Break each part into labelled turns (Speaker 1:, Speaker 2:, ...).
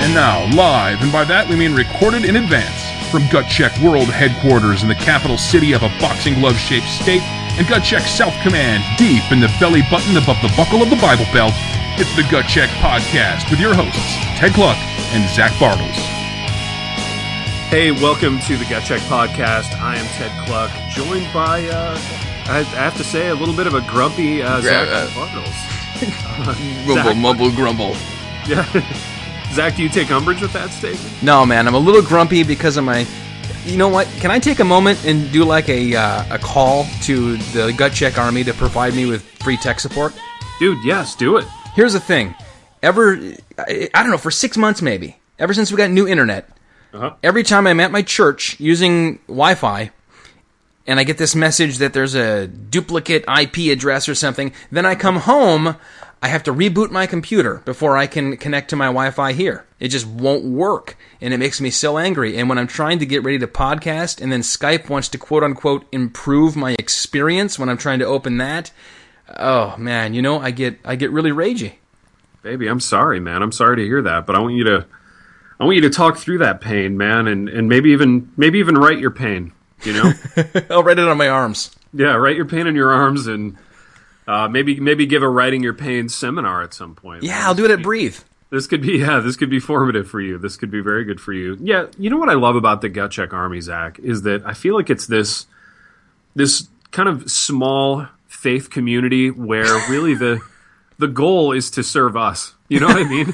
Speaker 1: And now, live, and by that we mean recorded in advance, from Gut Check World headquarters in the capital city of a boxing glove shaped state, and Gut Check South Command deep in the belly button above the buckle of the Bible Belt, it's the Gut Check Podcast with your hosts, Ted Cluck and Zach Bartles.
Speaker 2: Hey, welcome to the Gut Check Podcast. I am Ted Cluck, joined by, uh, I I have to say, a little bit of a grumpy uh, Zach
Speaker 3: uh,
Speaker 2: Bartles.
Speaker 3: Rumble,
Speaker 2: Zach.
Speaker 3: mumble, grumble.
Speaker 2: Yeah. Zach, do you take umbrage with that statement?
Speaker 4: No, man, I'm a little grumpy because of my. You know what? Can I take a moment and do like a uh, a call to the gut check army to provide me with free tech support?
Speaker 2: Dude, yes, do it.
Speaker 4: Here's the thing. Ever, I, I don't know, for six months maybe, ever since we got new internet,
Speaker 2: Uh-huh.
Speaker 4: every time I'm at my church using Wi Fi and I get this message that there's a duplicate IP address or something, then I come home, I have to reboot my computer before I can connect to my Wi Fi here. It just won't work. And it makes me so angry. And when I'm trying to get ready to podcast and then Skype wants to quote unquote improve my experience when I'm trying to open that, oh man, you know, I get, I get really ragey.
Speaker 2: Baby, I'm sorry, man. I'm sorry to hear that, but I want you to, I want you to talk through that pain, man, and, and maybe even, maybe even write your pain, you know?
Speaker 4: I'll write it on Oh, my arms.
Speaker 2: Yeah, write your pain in your arms, and uh, maybe maybe give a writing your pain seminar at some point.
Speaker 4: Yeah, I'll do it at Breathe.
Speaker 2: This could be yeah, this could be formative for you. This could be very good for you. Yeah, you know what I love about the gut check army, Zach, is that I feel like it's this this kind of small faith community where really the the goal is to serve us. You know what I mean?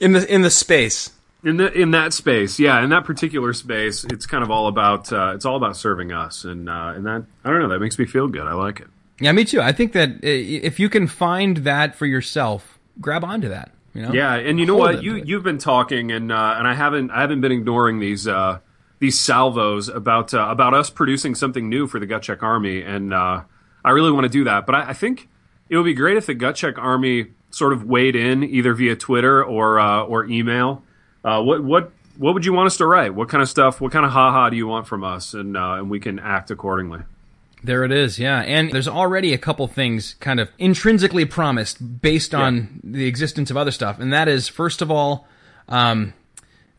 Speaker 4: In the, in the space.
Speaker 2: in the, in that space, yeah, in that particular space, it's kind of all about uh, it's all about serving us, and uh, and that I don't know that makes me feel good. I like it.
Speaker 4: Yeah, me too. I think that uh, if you can find that for yourself, grab onto that. You know?
Speaker 2: Yeah, and you know
Speaker 4: Hold
Speaker 2: what?
Speaker 4: on
Speaker 2: You
Speaker 4: to it.
Speaker 2: you've been talking, and uh, and I haven't I haven't been ignoring these uh, these salvos about uh, about us producing something new for the Gut Check Army, and uh, I really want to do that. But I, I think it would be great if the Gut Check Army sort of weighed in either via Twitter or uh, or email. Uh, what what what would you want us to write? What kind of stuff? What kind of haha do you want from us? And uh, and we can act accordingly.
Speaker 4: There it is. Yeah. And there's already a couple things kind of intrinsically promised based on the existence of other stuff. And that is, first of all, um,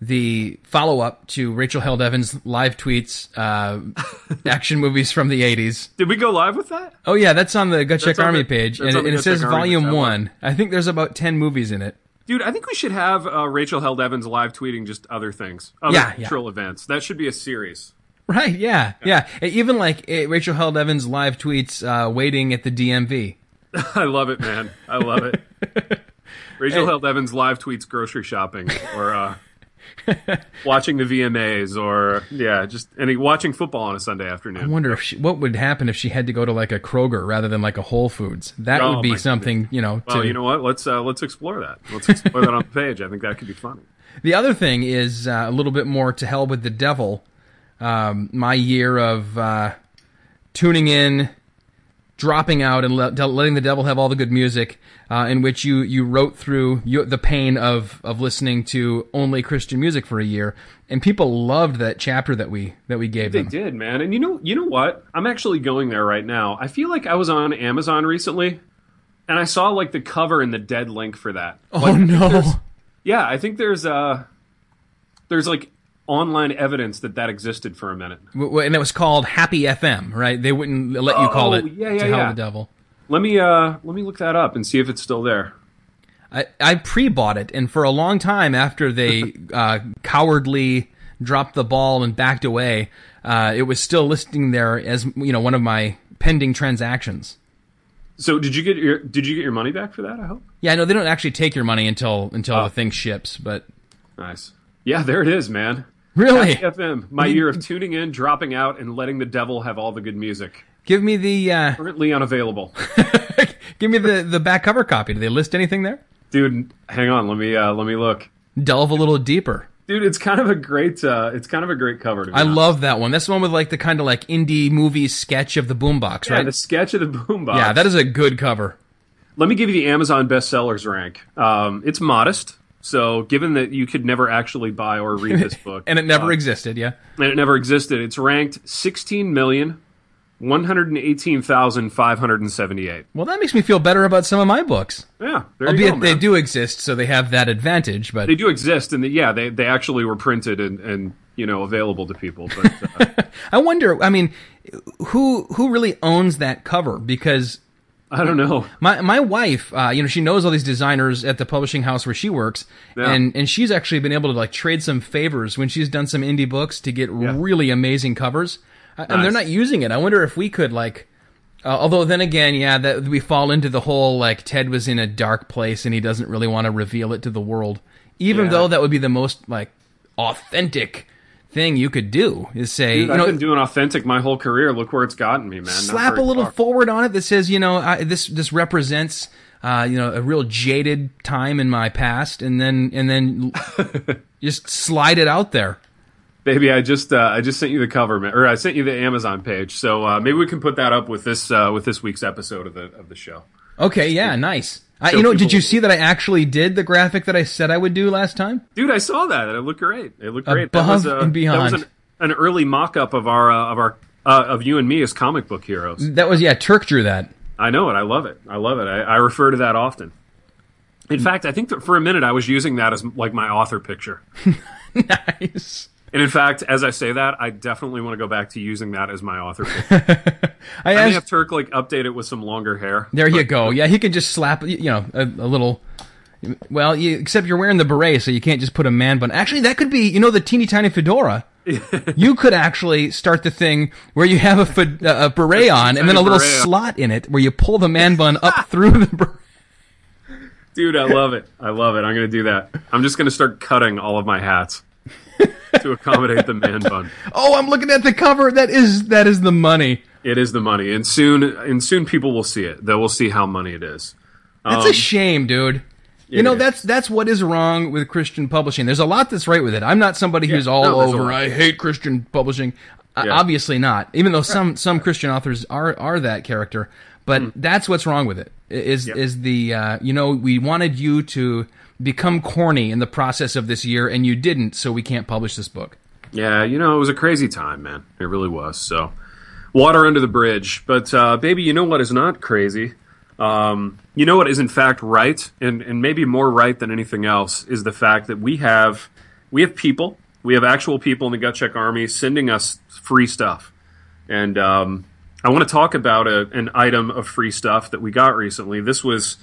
Speaker 4: the follow up to Rachel Held Evans' live tweets, uh, action movies from the 80s.
Speaker 2: Did we go live with that?
Speaker 4: Oh, yeah, that's on the Gut Check
Speaker 2: on
Speaker 4: Army
Speaker 2: the-
Speaker 4: page.
Speaker 2: that's
Speaker 4: And,
Speaker 2: on the
Speaker 4: and it
Speaker 2: Gut
Speaker 4: says
Speaker 2: Check Army,
Speaker 4: Volume
Speaker 2: that
Speaker 4: 1.
Speaker 2: one.
Speaker 4: I think there's about 10 movies in it.
Speaker 2: Dude, I think we should have uh, Rachel Held Evans live tweeting just other things, other
Speaker 4: Yeah, yeah.
Speaker 2: cultural events. That should be a series.
Speaker 4: Right, yeah, yeah. Even like eh, Rachel Held Evans' live tweets uh, waiting at the DMV.
Speaker 2: I love it, man. I love it. Rachel Held Evans live tweets grocery shopping or uh, watching the VMAs or yeah, just any watching football on a Sunday
Speaker 4: I
Speaker 2: afternoon.
Speaker 4: wonder if she, what would happen if she had to go to like a Kroger rather than like a Whole Foods. That
Speaker 2: Oh,
Speaker 4: would
Speaker 2: my
Speaker 4: be
Speaker 2: goodness.
Speaker 4: something, you know.
Speaker 2: well,
Speaker 4: to,
Speaker 2: you know what? Let's uh, let's explore that. Let's explore that on the page. I think that could be funny.
Speaker 4: The other thing is uh, a little bit more to hell with the devil. Um, my year of uh, tuning in, dropping out, and le- de- letting the devil have all the good music, uh, in which you you wrote through you, the pain of of listening to only Christian music for a year, and people loved that chapter that we that we gave
Speaker 2: They
Speaker 4: them.
Speaker 2: did, man. And you know, you know what? I'm actually going there right now. I feel like I was on Amazon recently, and I saw like the cover and the dead link for that.
Speaker 4: Oh no!
Speaker 2: Yeah, I think there's uh there's like online evidence that that existed for a minute.
Speaker 4: W- w- And it was called Happy FM, right? They wouldn't let you call
Speaker 2: Oh,
Speaker 4: it
Speaker 2: yeah, yeah,
Speaker 4: to hell
Speaker 2: yeah.
Speaker 4: with the devil.
Speaker 2: Let me uh let me look that up and see if it's still there.
Speaker 4: I, I pre-bought it, and for a long time after they uh, cowardly dropped the ball and backed away, uh, it was still listing there as you know one of my pending transactions.
Speaker 2: So did you get your did you get your money back for that? I hope.
Speaker 4: Yeah, no, they don't actually take your money until until
Speaker 2: Oh.
Speaker 4: the thing ships, but
Speaker 2: Nice. Yeah, there it is, man.
Speaker 4: really,
Speaker 2: FM, my year of tuning in, dropping out, and letting the devil have all the good music.
Speaker 4: give me the uh,
Speaker 2: Currently unavailable.
Speaker 4: give me the the back cover copy. Do they list anything there?
Speaker 2: Dude, hang on. Let me uh, let me look.
Speaker 4: Delve a little deeper.
Speaker 2: Dude, it's kind of a great uh, it's kind of a great cover. To be
Speaker 4: I
Speaker 2: honest.
Speaker 4: love that one. That's the one with like the kind of like indie movie sketch of the boombox,
Speaker 2: yeah,
Speaker 4: right?
Speaker 2: the sketch of the boombox.
Speaker 4: yeah, that is a good cover.
Speaker 2: Let me give you the Amazon bestsellers rank. Um, it's modest. So, given that you could never actually buy or read this book,
Speaker 4: And it never
Speaker 2: uh,
Speaker 4: existed, yeah.
Speaker 2: and it never existed, it's ranked 16 million One hundred eighteen thousand five hundred seventy-eight.
Speaker 4: Well, that makes me feel better about some of my books.
Speaker 2: Yeah, there you
Speaker 4: Albeit
Speaker 2: go,
Speaker 4: they
Speaker 2: man.
Speaker 4: do exist, so they have that advantage. But
Speaker 2: They do exist, and the, yeah, they they actually were printed and and you know available to people. But uh,
Speaker 4: I wonder. I mean, who who really owns that cover? Because
Speaker 2: I don't know.
Speaker 4: My my wife, uh, you know, she knows all these designers at the publishing house where she works,
Speaker 2: Yeah.
Speaker 4: and and she's actually been able to like trade some favors when she's done some indie books to get really amazing covers, Uh, and they're
Speaker 2: Nice.
Speaker 4: not using it. I wonder if we could like. Uh, although then again, yeah, that we fall into the whole like Ted was in a dark place and he doesn't really want to reveal it to the world, even
Speaker 2: Yeah.
Speaker 4: though that would be the most like authentic thing you could do is say, you
Speaker 2: I've
Speaker 4: know,
Speaker 2: been doing authentic my whole career. Look where it's gotten me, man. Not
Speaker 4: slap a
Speaker 2: very
Speaker 4: little
Speaker 2: far.
Speaker 4: forward on it that says, you know, I, this this represents, uh, you know, a real jaded time in my past, and then and then l- just slide it out there.
Speaker 2: Baby, I just uh, I just sent you the cover, man, or I sent you the Amazon page. So uh, maybe we can put that up with this uh, with this week's episode of the of the show.
Speaker 4: Okay, yeah, nice. I,
Speaker 2: Show
Speaker 4: you know,
Speaker 2: people
Speaker 4: did you
Speaker 2: what-
Speaker 4: see that I actually did the graphic that I said I would do last time?
Speaker 2: Dude, I saw that. It looked great. It looked great. that was,
Speaker 4: Above
Speaker 2: uh,
Speaker 4: and beyond.
Speaker 2: That was an, an early mock up of our uh, of our uh, of you and me as comic book heroes.
Speaker 4: That was yeah. Turk drew that.
Speaker 2: I know it. I love it. I love it. I, I refer to that often. In
Speaker 4: Mm.
Speaker 2: fact, I think that for a minute I was using that as like my author picture.
Speaker 4: nice.
Speaker 2: And in fact, as I say that, I definitely want to go back to using that as my author picture.
Speaker 4: I
Speaker 2: I may
Speaker 4: asked,
Speaker 2: have Turk like update it with some longer hair.
Speaker 4: there you go. Yeah, he could just slap you know a, a little. Well, you, except you're wearing the beret, so you can't just put a man bun. Actually, that could be you know the teeny tiny fedora. you could actually start the thing where you have a, fed- uh, a beret on and then a little
Speaker 2: beret on.
Speaker 4: slot in it where you pull the man bun up through the beret.
Speaker 2: Dude, I love it. I love it. I'm going to do that. I'm just going to start cutting all of my hats to accommodate the man bun.
Speaker 4: Oh, I'm looking at the cover. That is that is the money.
Speaker 2: It is the money, and soon, and soon people will see it. They will see how money it is.
Speaker 4: That's a shame, dude.
Speaker 2: Um,
Speaker 4: You
Speaker 2: it
Speaker 4: know
Speaker 2: is.
Speaker 4: that's that's what is wrong with Christian publishing. There's a lot that's right with it. I'm not somebody who's all
Speaker 2: no, there's a
Speaker 4: over.
Speaker 2: lot.
Speaker 4: I hate Christian publishing. Uh,
Speaker 2: Yeah.
Speaker 4: Obviously not. Even though some some Christian authors are are that character, but
Speaker 2: Hmm.
Speaker 4: that's what's wrong with it. i- Is is the uh, you know we wanted you to become corny in the process of this year and you didn't, so we can't publish this book.
Speaker 2: Yeah, you know, it was a crazy time, man. It really was. So, water under the bridge. But uh, baby, you know what is not crazy. Um, you know what is in fact right, and and maybe more right than anything else is the fact that we have we have people, we have actual people in the gut check army sending us free stuff, and um, I want to talk about a, an item of free stuff that we got recently. This was.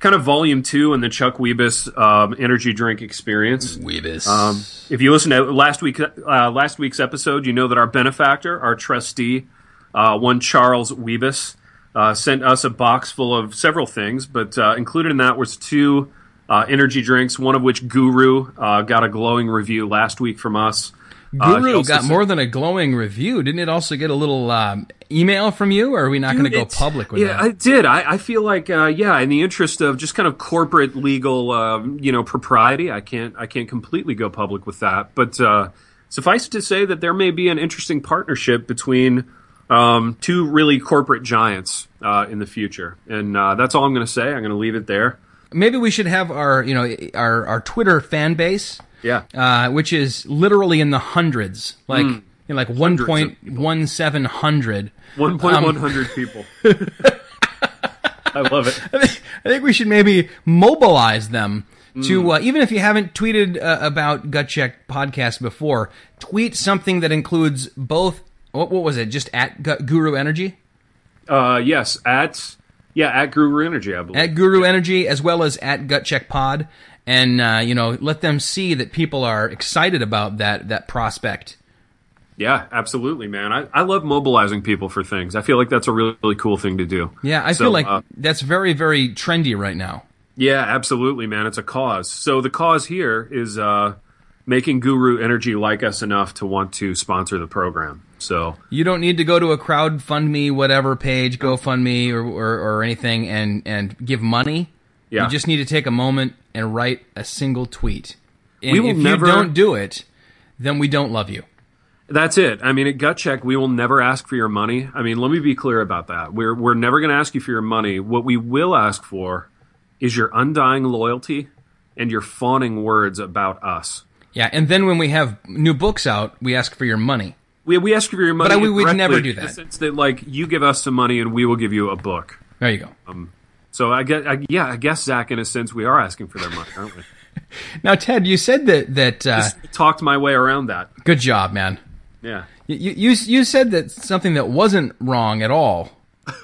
Speaker 2: Kind of volume two in the Chuck Weebus um, energy drink experience.
Speaker 4: Weebus.
Speaker 2: Um, if you listen to last week, uh, last week's episode, you know that our benefactor, our trustee, uh, one Charles Weebus, uh, sent us a box full of several things, but uh, included in that was two uh, energy drinks, one of which Guru uh, got a glowing review last week from us. Uh, he
Speaker 4: Guru
Speaker 2: also
Speaker 4: got
Speaker 2: sent-
Speaker 4: more than a glowing review. Didn't it also get a little um, email from you? Or are we not going to go
Speaker 2: It's-
Speaker 4: public with
Speaker 2: yeah,
Speaker 4: that?
Speaker 2: I did. I, I feel like, uh, yeah, in the interest of just kind of corporate legal, um, you know, propriety, I can't, I can't completely go public with that. But uh, suffice to say that there may be an interesting partnership between um, two really corporate giants uh, in the future, and uh, that's all I'm going to say. I'm going to leave it there.
Speaker 4: Maybe we should have our, you know, our our Twitter fan base,
Speaker 2: Yeah.
Speaker 4: uh, which is literally in the hundreds, like you know, like one
Speaker 2: Hmm. of
Speaker 4: point one seven hundred. Um,
Speaker 2: One point one hundred people. I love it.
Speaker 4: I think- I think we should maybe mobilize them
Speaker 2: Hmm.
Speaker 4: to uh, even if you haven't tweeted uh, about Gut Check podcast before, tweet something that includes both. What, what was it? Just at Gu- Guru Energy.
Speaker 2: Uh, yes, at yeah, at Guru Energy, I believe.
Speaker 4: at Guru Energy as well as at Gut Check Pod, and uh, you know let them see that people are excited about that that prospect.
Speaker 2: Yeah, absolutely, man. I, I love mobilizing people for things. I feel like that's a really, really cool thing to do.
Speaker 4: Yeah, I
Speaker 2: So,
Speaker 4: feel like
Speaker 2: uh,
Speaker 4: that's very very trendy right now.
Speaker 2: yeah, absolutely, man. It's a cause. So the cause here is uh, making Guru Energy like us enough to want to sponsor the program. So
Speaker 4: You don't need to go to a crowdfundme whatever page, GoFundMe or, or or anything, and and give money.
Speaker 2: Yeah.
Speaker 4: you just need to take a moment and write a single tweet. And
Speaker 2: We will
Speaker 4: if
Speaker 2: never-
Speaker 4: you don't do it, then we don't love you.
Speaker 2: that's it. I mean, at Gut Check, we will never ask for your money. I mean, let me be clear about that. We're we're never going to ask you for your money. What we will ask for is your undying loyalty and your fawning words about us.
Speaker 4: Yeah, and then when we have new books out, we ask for your money.
Speaker 2: we, we ask you for your money.
Speaker 4: But I- we would
Speaker 2: incorrectly
Speaker 4: never do
Speaker 2: in the
Speaker 4: that.
Speaker 2: sense that, like, you give us some money and we will give you a book.
Speaker 4: There you go.
Speaker 2: Um, So I guess, I, yeah, I guess Zach, in a sense, we are asking for their money, aren't we?
Speaker 4: Now, Ted, you said that that uh,
Speaker 2: Talked my way around that.
Speaker 4: good job, man.
Speaker 2: Yeah.
Speaker 4: You, you you said that something that wasn't wrong at all.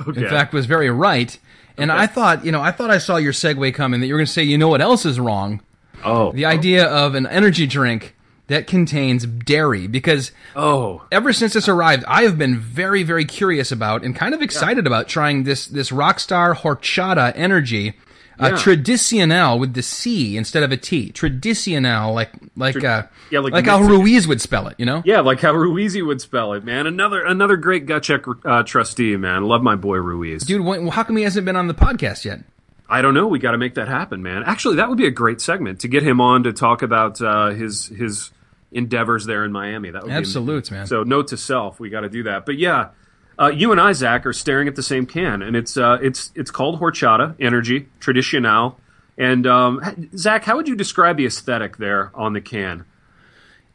Speaker 4: In
Speaker 2: Okay.
Speaker 4: fact, was very right. And I thought, you know, I thought I saw your segue coming that you were going to say, you know, what else is wrong?
Speaker 2: oh,
Speaker 4: The idea of an energy drink that contains dairy, because
Speaker 2: oh,
Speaker 4: ever since this arrived, I have been very, very curious about and kind of excited about trying this this Rockstar Horchata Energy, uh,
Speaker 2: Yeah.
Speaker 4: tradicional with the C instead of a T, tradicional like like uh,
Speaker 2: yeah, like
Speaker 4: like,
Speaker 2: the
Speaker 4: how
Speaker 2: Mexican-
Speaker 4: Ruiz would spell it, you know?
Speaker 2: yeah, like how Ruiz would spell it, man. Another another great gut check uh, trustee, man. Love my boy Ruiz.
Speaker 4: Dude, wh- how come he hasn't been on the podcast yet?
Speaker 2: I don't know. We got to make that happen, man. Actually, that would be a great segment to get him on to talk about uh, his his endeavors there in Miami. That would be
Speaker 4: Absolutes,
Speaker 2: amazing.
Speaker 4: man.
Speaker 2: So, note to self, we got to do that. But yeah, uh, you and I, Zach, are staring at the same can, and it's uh, it's it's called horchata energy tradicional. And um, h- Zach, how would you describe the aesthetic there on the can?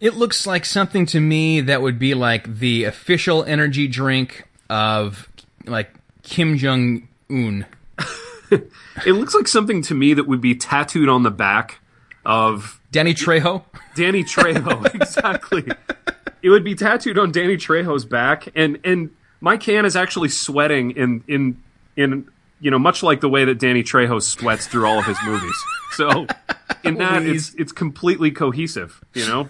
Speaker 4: It looks like something to me that would be like the official energy drink of like Kim Jong Un.
Speaker 2: It looks like something to me that would be tattooed on the back of
Speaker 4: Danny Trejo.
Speaker 2: Danny Trejo, exactly. it would be tattooed on Danny Trejo's back, and and my can is actually sweating in in in you know much like the way that Danny Trejo sweats through all of his movies. So in that it's it's completely cohesive, you know.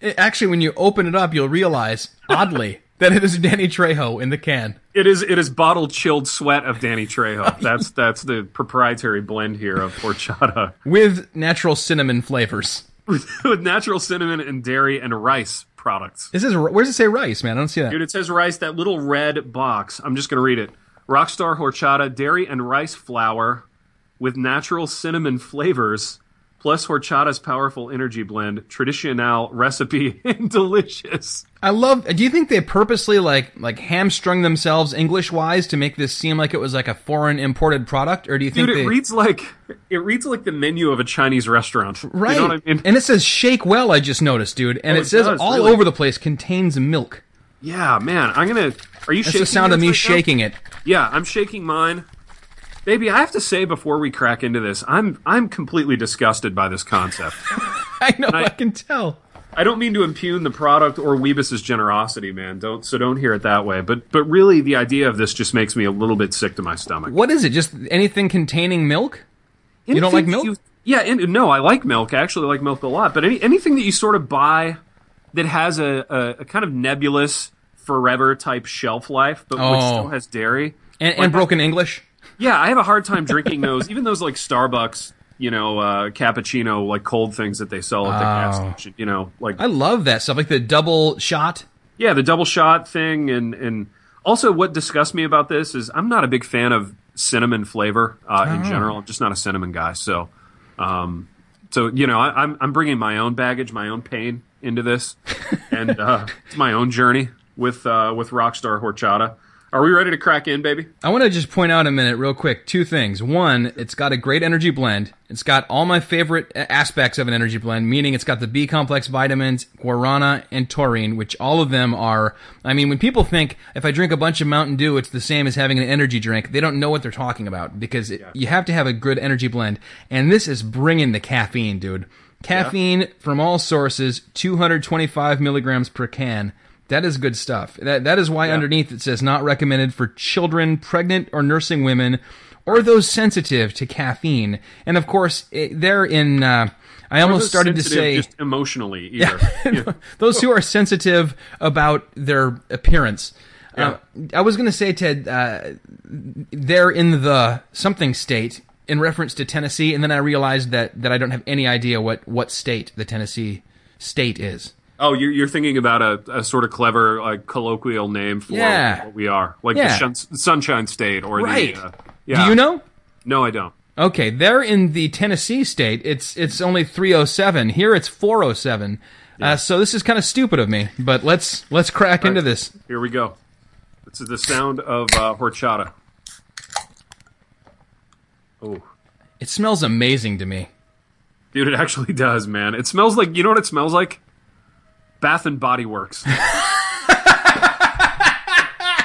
Speaker 4: It- actually, when you open it up, you'll realize oddly that it is Danny Trejo in the can.
Speaker 2: It is it is bottled chilled sweat of Danny Trejo. That's that's the proprietary blend here of horchata
Speaker 4: with natural cinnamon flavors.
Speaker 2: with natural cinnamon and dairy and rice products.
Speaker 4: This is where's it say rice, man? I don't see that.
Speaker 2: Dude, it says rice, that little red box. I'm just going to read it. Rockstar horchata, dairy and rice flour with natural cinnamon flavors, plus horchata's powerful energy blend, traditional recipe, and delicious.
Speaker 4: I love. Do you think they purposely like like hamstrung themselves English wise to make this seem like it was like a foreign imported product, or do you think
Speaker 2: Dude, it
Speaker 4: they,
Speaker 2: reads like it reads like the menu of a Chinese restaurant.
Speaker 4: right?
Speaker 2: You know what I mean?
Speaker 4: And it says shake well. I just noticed, dude, and
Speaker 2: Oh,
Speaker 4: it
Speaker 2: it
Speaker 4: says
Speaker 2: does,
Speaker 4: all
Speaker 2: really.
Speaker 4: over the place contains milk.
Speaker 2: yeah, man. I'm gonna are you
Speaker 4: That's
Speaker 2: shaking
Speaker 4: the sound
Speaker 2: yours
Speaker 4: of me
Speaker 2: right now?
Speaker 4: shaking it.
Speaker 2: Yeah, I'm shaking mine. Baby, I have to say before we crack into this, I'm I'm completely disgusted by this concept.
Speaker 4: I know. I, can tell.
Speaker 2: I don't mean to impugn the product or Weebus's generosity, man. Don't so don't hear it that way. But but really, the idea of this just makes me a little bit sick to my stomach.
Speaker 4: What is it? Just anything containing milk?
Speaker 2: You
Speaker 4: don't like milk?
Speaker 2: yeah, and, no, I like milk. I actually like milk a lot. But any, anything that you sort of buy that has a, a, a kind of nebulous forever type shelf life, but which
Speaker 4: Oh.
Speaker 2: still has dairy.
Speaker 4: And, and broken English?
Speaker 2: Yeah, I have a hard time drinking those. Even those like Starbucks, you know, uh, cappuccino, like cold things that they sell at the gas
Speaker 4: Oh.
Speaker 2: station. You know, like
Speaker 4: I love that stuff, like the double shot.
Speaker 2: Yeah, the double shot thing, and and also what disgusts me about this is I'm not a big fan of cinnamon flavor uh, in
Speaker 4: Oh.
Speaker 2: general. I'm just not a cinnamon guy. So, um, so you know, I, I'm I'm bringing my own baggage, my own pain into this, and uh, it's my own journey with uh, with Rockstar Horchata. Are we ready to crack in, baby?
Speaker 4: I want to just point out a minute, real quick, two things. One, it's got a great energy blend. It's got all my favorite a- aspects of an energy blend, meaning it's got the B complex vitamins, guarana, and taurine, which all of them are. I mean, when people think if I drink a bunch of Mountain Dew, it's the same as having an energy drink, they don't know what they're talking about because it, you have to have a good energy blend. And this is bringing the caffeine, dude. Caffeine from all sources, 225 milligrams per can. That is good stuff. That that is why underneath it says not recommended for children, pregnant or nursing women, or those sensitive to caffeine. And of course, it, they're in. Uh, I almost started to
Speaker 2: Sensitive
Speaker 4: say
Speaker 2: just Oh. emotionally either. Yeah.
Speaker 4: those who are sensitive about their appearance. Uh, I was going to say, Ted, uh, they're in the something state in reference to Tennessee, and then I realized that, that I don't have any idea what, what state the Tennessee state is.
Speaker 2: Oh, you're, you're thinking about a, a sort of clever, like colloquial name for
Speaker 4: Yeah.
Speaker 2: what we are, like
Speaker 4: Yeah.
Speaker 2: the shun- Sunshine State or
Speaker 4: Right.
Speaker 2: the. Uh, yeah.
Speaker 4: Do you know?
Speaker 2: No, I don't.
Speaker 4: Okay, they're in the Tennessee state. It's it's only 307. Here it's 407. Uh, so this is kind of stupid of me, but let's let's crack into this.
Speaker 2: Here we go. This is the sound of uh, horchata. Oh,
Speaker 4: It smells amazing to me.
Speaker 2: dude, it actually does, man. It smells like you know what it smells like. Bath and Body Works.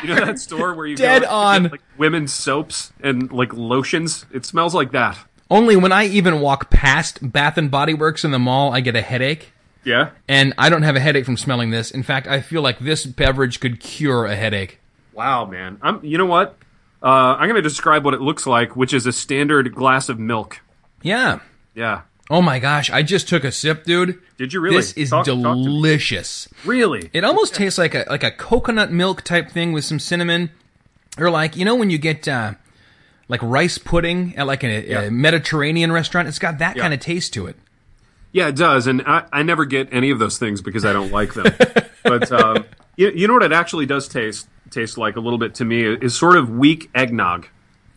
Speaker 2: you know that store where you
Speaker 4: Dead
Speaker 2: go,
Speaker 4: on.
Speaker 2: Get, like, women's soaps and like lotions. It smells like that.
Speaker 4: Only when I even walk past Bath and Body Works in the mall, I get a headache.
Speaker 2: Yeah.
Speaker 4: And I don't have a headache from smelling this. In fact, I feel like this beverage could cure a headache.
Speaker 2: Wow, man. I'm. You know what? Uh, I'm going to describe what it looks like, which is a standard glass of milk.
Speaker 4: Yeah.
Speaker 2: Yeah.
Speaker 4: Oh my gosh, I just took a sip, dude.
Speaker 2: Did you really?
Speaker 4: This is
Speaker 2: Talk- talk to me.
Speaker 4: delicious.
Speaker 2: Really?
Speaker 4: It almost tastes like a like a coconut milk type thing with some cinnamon, or like you know when you get uh, like rice pudding at like a, a Mediterranean restaurant. It's got that kind of taste to it.
Speaker 2: Yeah, it does, and I, I never get any of those things because I don't like them. but um, you, you know what it actually does taste taste like a little bit to me is sort of weak eggnog.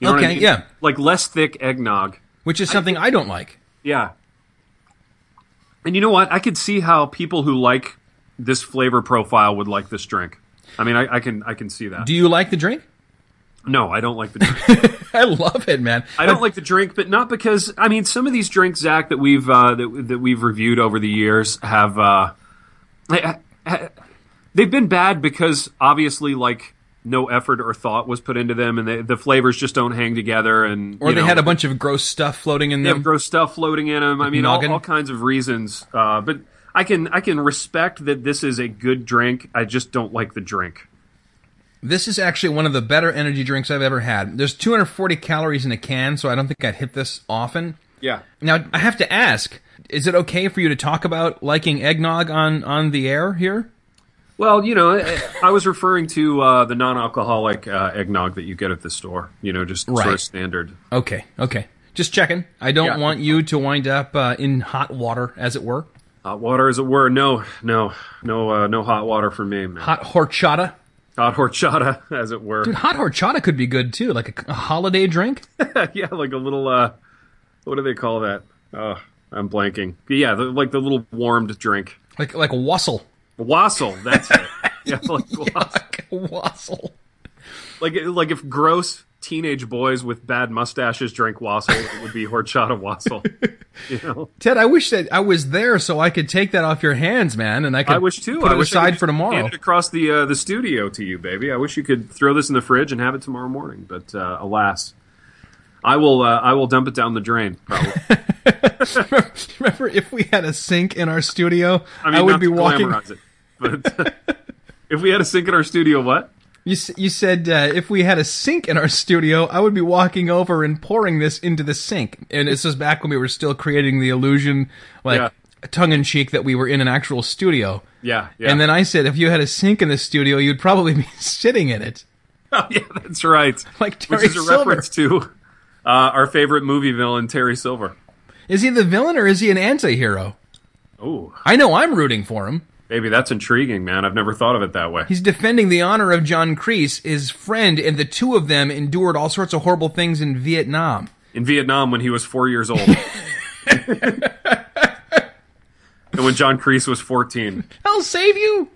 Speaker 2: You know what I
Speaker 4: Okay,
Speaker 2: mean?
Speaker 4: yeah.
Speaker 2: like less thick eggnog.
Speaker 4: Which is something I, don't like.
Speaker 2: Yeah, and you know what? I could see how people who like this flavor profile would like this drink. I mean, I, I can I can see that.
Speaker 4: Do you like the drink?
Speaker 2: no, I don't like the drink.
Speaker 4: I love it, man.
Speaker 2: I don't like the drink, but not because I mean some of these drinks, Zach, that we've uh, that that we've reviewed over the years have uh, ha- ha- they've been bad because obviously like no effort or thought was put into them, and they, the flavors just don't hang together, and
Speaker 4: Or
Speaker 2: you
Speaker 4: they
Speaker 2: know,
Speaker 4: had a bunch of gross stuff floating in
Speaker 2: they have
Speaker 4: them.
Speaker 2: gross stuff floating in them. I mean, all,
Speaker 4: Noggin.
Speaker 2: all kinds of reasons, uh, but. I can I can respect that this is a good drink. I just don't like the drink.
Speaker 4: This is actually one of the better energy drinks I've ever had. There's 240 calories in a can, so I don't think I'd hit this often.
Speaker 2: Yeah.
Speaker 4: Now I have to ask: Is it okay for you to talk about liking eggnog on on the air here?
Speaker 2: Well, you know, I- I was referring to uh, the non-alcoholic uh, eggnog that you get at the store. You know, just sort
Speaker 4: Right.
Speaker 2: of standard.
Speaker 4: Okay, okay. Just checking. I don't
Speaker 2: Yeah.
Speaker 4: want you to wind up uh, in hot water, as it were.
Speaker 2: Hot water, as it were. No, no, no, uh, no hot water for me, man. Hot,
Speaker 4: Hot horchata.
Speaker 2: horchata, as it were.
Speaker 4: Hot horchata could be good too, like a, a holiday drink.
Speaker 2: yeah, like a little. Uh, what do they call that? Oh, I'm blanking. Yeah, the, like the little warmed drink.
Speaker 4: Like like a wassail.
Speaker 2: Wassail. That's it. yeah, like wassail.
Speaker 4: Like a wassail.
Speaker 2: Like like if gross teenage boys with bad mustaches drank wassail, it would be horchata wassail. You know,
Speaker 4: Ted, I wish that I was there so I could take that off your hands, man, and I could
Speaker 2: I wish too.
Speaker 4: put
Speaker 2: I
Speaker 4: it
Speaker 2: wish I could
Speaker 4: aside
Speaker 2: just
Speaker 4: for tomorrow.
Speaker 2: Hand it across the uh, the studio to you, baby. I wish you could throw this in the fridge and have it tomorrow morning. But uh, alas, I will. Uh, I will dump it down the drain. Probably.
Speaker 4: Remember, if we had a sink in our studio, I,
Speaker 2: I mean,
Speaker 4: would
Speaker 2: not
Speaker 4: be
Speaker 2: to
Speaker 4: walking.
Speaker 2: glamorize It, but if we had a sink in our studio, what?
Speaker 4: You, s- you said uh, if we had a sink in our studio, I would be walking over and pouring this into the sink. And this was back when we were still creating the illusion, like tongue in cheek, that we were in an actual studio.
Speaker 2: Yeah, yeah.
Speaker 4: And then I said, if you had a sink in the studio, you'd probably be sitting in it.
Speaker 2: yeah, that's right.
Speaker 4: Like
Speaker 2: Which
Speaker 4: Terry
Speaker 2: is a
Speaker 4: Silver.
Speaker 2: reference to uh, our favorite movie villain, Terry Silver.
Speaker 4: Is he the villain or is he an anti-hero?
Speaker 2: Oh,
Speaker 4: I know I'm rooting for him.
Speaker 2: baby, that's intriguing, man. I've never thought of it that way.
Speaker 4: He's defending the honor of John Kreese, his friend, and the two of them endured all sorts of horrible things in Vietnam.
Speaker 2: in Vietnam when he was four years old. and when John Kreese was 14.
Speaker 4: I'll save you.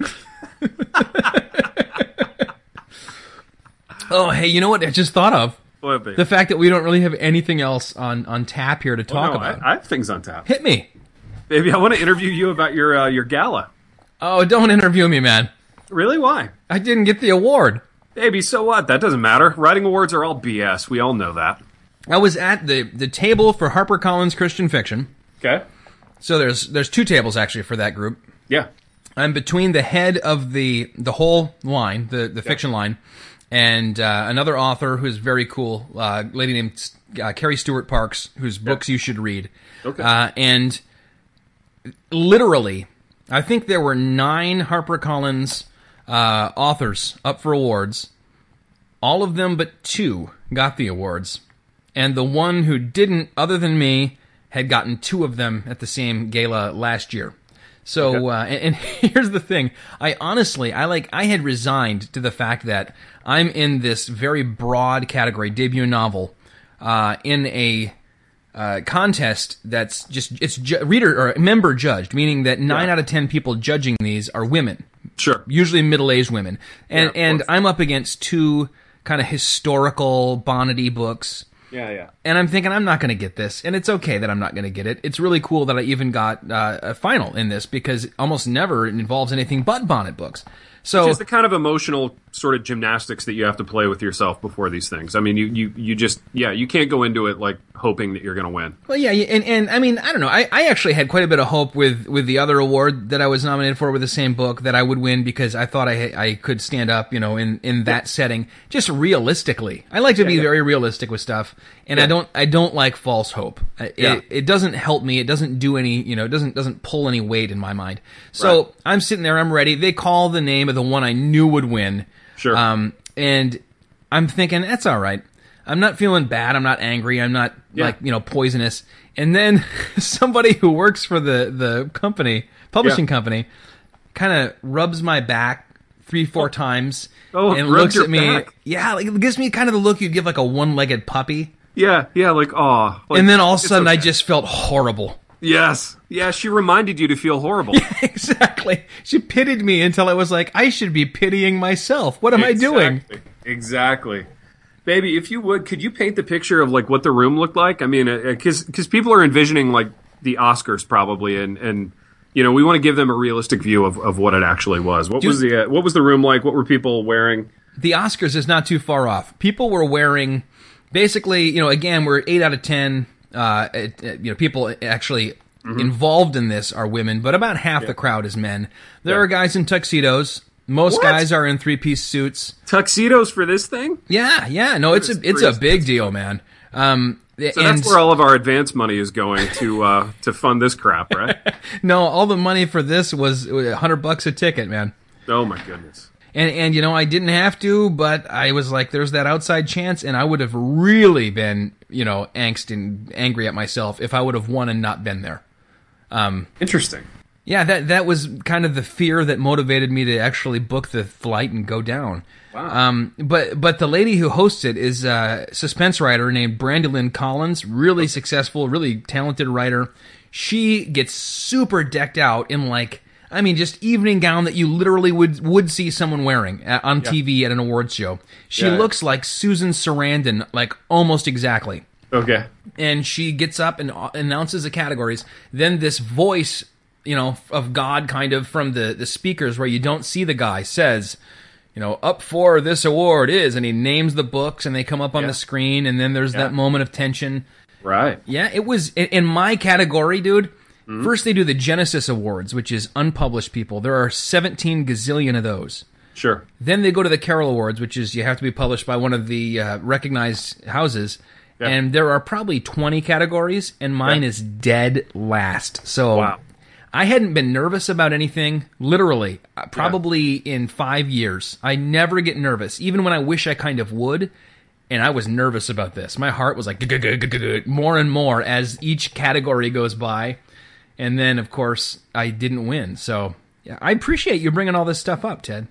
Speaker 4: oh, hey, you know what I just thought of?
Speaker 2: Boy, baby.
Speaker 4: The fact that we don't really have anything else on, on tap here to
Speaker 2: Oh, No,
Speaker 4: talk
Speaker 2: I,
Speaker 4: about.
Speaker 2: I have things on tap.
Speaker 4: Hit me.
Speaker 2: Baby, I want to interview you about your uh, your gala.
Speaker 4: Oh, don't interview me, man.
Speaker 2: Really? Why?
Speaker 4: I didn't get the award.
Speaker 2: Baby, so what? That doesn't matter. Writing awards are all BS. We all know that.
Speaker 4: I was at the, the table for HarperCollins Christian Fiction.
Speaker 2: Okay?
Speaker 4: So there's there's two tables actually for that group.
Speaker 2: Yeah.
Speaker 4: I'm between the head of the the whole line, the the fiction line, and uh, another author who's very cool, uh, lady named uh, Carrie Stewart Parks, whose books you should read.
Speaker 2: Okay.
Speaker 4: Uh, and literally, I think there were nine HarperCollins uh, authors up for awards. All of them but two got the awards, and the one who didn't, other than me, had gotten two of them at the same gala last year. So, uh, and, and here's the thing: I honestly, I like, I had resigned to the fact that I'm in this very broad category debut novel uh, in a uh, contest that's just it's ju- reader or member judged, meaning that nine out of ten people judging these are women,
Speaker 2: Sure.
Speaker 4: usually middle-aged women, and
Speaker 2: Yeah, of
Speaker 4: and
Speaker 2: course.
Speaker 4: I'm up against two kind of historical Bonnety books,
Speaker 2: Yeah, yeah.
Speaker 4: and I'm thinking I'm not going to get this, and it's okay that I'm not going to get it. It's really cool that I even got uh, a final in this because almost never it involves anything but bonnet books. So
Speaker 2: It's the kind of emotional sort of gymnastics that you have to play with yourself before these things. I mean, you you, you just yeah, you can't go into it like hoping that you're going to win.
Speaker 4: Well, yeah, yeah, and, and I mean, I don't know. I, I actually had quite a bit of hope with, with the other award that I was nominated for with the same book that I would win because I thought I I could stand up, you know, in, in that setting. Just realistically, I like to be very realistic with stuff, and I don't I don't like false hope. I- It,
Speaker 2: Yeah.
Speaker 4: it doesn't help me. It doesn't do any, you know, it doesn't doesn't pull any weight in my mind. So
Speaker 2: Right.
Speaker 4: I'm sitting there, I'm ready. They call the name of the one I knew would win.
Speaker 2: Sure.
Speaker 4: Um, and I'm thinking that's all right. I'm not feeling bad. I'm not angry. I'm not
Speaker 2: Yeah.
Speaker 4: like you know poisonous. And then somebody who works for the the company, publishing
Speaker 2: Yeah.
Speaker 4: company, kind of rubs my back three four times
Speaker 2: Oh,
Speaker 4: and
Speaker 2: rubbed
Speaker 4: looks
Speaker 2: your
Speaker 4: at me.
Speaker 2: back.
Speaker 4: Yeah, like it gives me kind of the look you'd give like a one legged puppy.
Speaker 2: Yeah, yeah, like aw. Like,
Speaker 4: And then all of a
Speaker 2: it's
Speaker 4: sudden, I
Speaker 2: okay.
Speaker 4: just felt horrible.
Speaker 2: yes, yeah. She reminded you to feel horrible.
Speaker 4: exactly. She pitied me until I was like, I should be pitying myself. What am I doing?
Speaker 2: Exactly. Exactly. Baby, if you would, could you paint the picture of like what the room looked like? I mean, uh, because because people are envisioning like the Oscars probably, and and you know we want to give them a realistic view of, of what it actually was. What was the uh, what was the room like? What were people wearing?
Speaker 4: the Oscars is not too far off. People were wearing, basically, you know, again, we're eight out of ten. Uh, it- it- you know, people actually
Speaker 2: Mm-hmm.
Speaker 4: involved in this are women, but about half the crowd is men. There
Speaker 2: Yeah.
Speaker 4: are guys in tuxedos. Most
Speaker 2: What?
Speaker 4: guys are in three piece suits.
Speaker 2: Tuxedos for this thing?
Speaker 4: Yeah, yeah. No, it's a
Speaker 2: Goodness
Speaker 4: it's a
Speaker 2: gracious.
Speaker 4: big deal, man. Um,
Speaker 2: So
Speaker 4: and
Speaker 2: that's where all of our advance money is going to uh, to fund this crap, right?
Speaker 4: no, all the money for this was uh, a hundred bucks a ticket, man.
Speaker 2: oh my goodness.
Speaker 4: And and you know I didn't have to, but I was like, there's that outside chance, and I would have really been you know angst and angry at myself if I would have won and not been there.
Speaker 2: Interesting.
Speaker 4: Yeah, that that was kind of the fear that motivated me to actually book the flight and go down.
Speaker 2: Wow.
Speaker 4: Um, but but the lady who hosts it is a suspense writer named Brandolyn Collins, really successful, really talented writer. She gets super decked out in like I mean just evening gown that you literally would would see someone wearing uh, on TV at an awards show. She
Speaker 2: Yeah, yeah.
Speaker 4: looks like Susan Sarandon like almost exactly
Speaker 2: Okay.
Speaker 4: and she gets up and uh, announces the categories. Then this voice, you know, of God, kind of from the the speakers where you don't see the guy, says, you know, up for this award is, and he names the books, and they come up on the screen, and then there's that moment of tension.
Speaker 2: Right.
Speaker 4: Yeah, it was in- in my category, dude. First, they do the Genesis Awards, which is unpublished people. There are 17 gazillion of those.
Speaker 2: Sure.
Speaker 4: Then they go to the Carol Awards, which is you have to be published by one of the uh, recognized houses. And there are probably 20 categories, and mine
Speaker 2: Yeah.
Speaker 4: is dead last. So
Speaker 2: Wow.
Speaker 4: I hadn't been nervous about anything, literally, uh, probably in five years. I never get nervous, even when I wish I kind of would. And I was nervous about this. My heart was like "G-g-g-g-g-g," more and more as each category goes by. And then, of course, I didn't win. So yeah, I appreciate you bringing all this stuff up, Ted.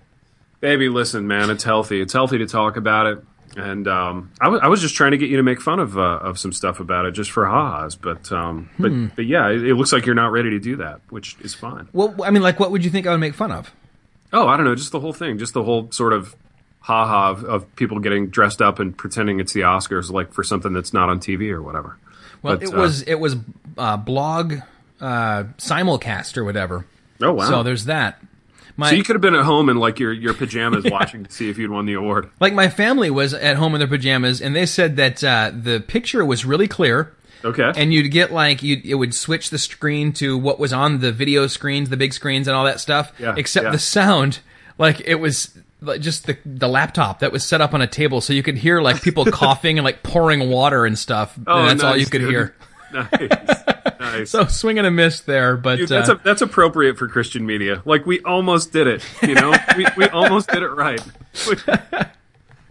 Speaker 2: Baby, listen, man, it's healthy. It's healthy to talk about it. And um, I, w- I was just trying to get you to make fun of uh, of some stuff about it, just for ha-has. But um, but
Speaker 4: Hmm.
Speaker 2: but yeah, it, it looks like you're not ready to do that, which is fine.
Speaker 4: Well, I mean, like, what would you think I would make fun of?
Speaker 2: Oh, I don't know, just the whole thing, just the whole sort of ha-ha of, of people getting dressed up and pretending it's the Oscars, like for something that's not on TV or whatever.
Speaker 4: Well,
Speaker 2: But,
Speaker 4: it
Speaker 2: uh,
Speaker 4: was it was uh, blog uh, simulcast or whatever.
Speaker 2: oh wow.
Speaker 4: So there's that. My
Speaker 2: So you could have been at home in like your, your pajamas watching to see if you'd won the award.
Speaker 4: like my family was at home in their pajamas, and they said that uh, the picture was really clear.
Speaker 2: Okay.
Speaker 4: And you'd get like you it would switch the screen to what was on the video screens, the big screens, and all that stuff.
Speaker 2: Yeah,
Speaker 4: except
Speaker 2: yeah.
Speaker 4: the sound, like it was like, just the the laptop that was set up on a table, so you could hear like people coughing and like pouring water and stuff. and that's all
Speaker 2: Oh, nice,
Speaker 4: you could
Speaker 2: dude.
Speaker 4: hear.
Speaker 2: Nice. nice.
Speaker 4: So swing and a miss there, but
Speaker 2: Dude, that's
Speaker 4: uh,
Speaker 2: a, that's appropriate for Christian media. Like we almost did it, you know, we, we almost did it right.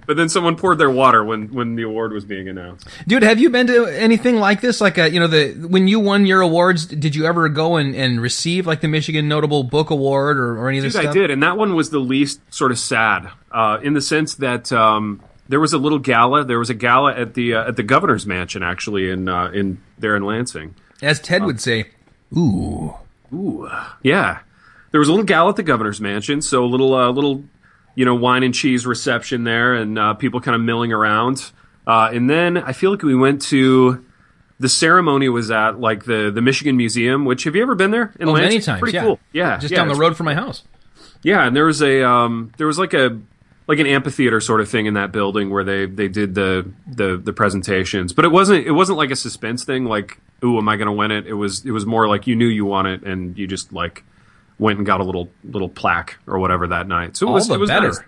Speaker 2: but then someone poured their water when when the award was being announced.
Speaker 4: Dude, have you been to anything like this? Like, uh, you know, the when you won your awards, did you ever go and, and receive like the Michigan Notable Book Award or, or any of this
Speaker 2: Dude, I
Speaker 4: stuff?
Speaker 2: did, and that one was the least sort of sad, uh, in the sense that um, there was a little gala. There was a gala at the uh, at the governor's mansion, actually, in uh, in there in Lansing.
Speaker 4: As Ted would say, "Ooh,
Speaker 2: Yeah, there was a little gala at the governor's mansion, so a little uh, little you know wine and cheese reception there, and uh, people kind of milling around. Uh, and then I feel like we went to the ceremony was at like the the Michigan Museum. Which have you ever been there? In
Speaker 4: Oh,
Speaker 2: Lansing?
Speaker 4: many times,
Speaker 2: Pretty
Speaker 4: yeah.
Speaker 2: cool. Yeah,
Speaker 4: just
Speaker 2: yeah,
Speaker 4: down the
Speaker 2: it's-
Speaker 4: road from my house.
Speaker 2: Yeah, and there was a um, there was like a like an amphitheater sort of thing in that building where they they did the the the presentations. But it wasn't it wasn't like a suspense thing. Like, ooh, am I going to win it? It was it was more like you knew you won it, and you just like went and got a little little plaque or whatever that night. So it
Speaker 4: All
Speaker 2: was
Speaker 4: the
Speaker 2: it was
Speaker 4: better.
Speaker 2: nice.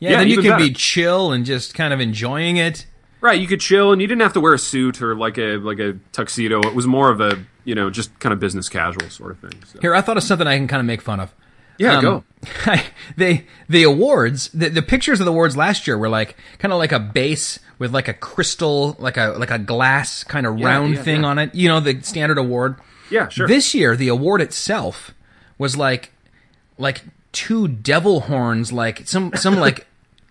Speaker 4: Yeah, then you
Speaker 2: even
Speaker 4: can be
Speaker 2: better.
Speaker 4: chill and just kind of enjoying it.
Speaker 2: right. You could chill, and you didn't have to wear a suit or like a like a tuxedo. It was more of a you know just kind of business casual sort of thing. So.
Speaker 4: Here, I thought of something I can kind of make fun of.
Speaker 2: Yeah,
Speaker 4: Um,
Speaker 2: go.
Speaker 4: they the awards the, the pictures of the awards last year were like kind of like a base with like a crystal like a like a glass kind of round
Speaker 2: yeah,
Speaker 4: thing
Speaker 2: yeah.
Speaker 4: on it you know the standard award
Speaker 2: Yeah, sure.
Speaker 4: this year the award itself was like like two devil horns like some some like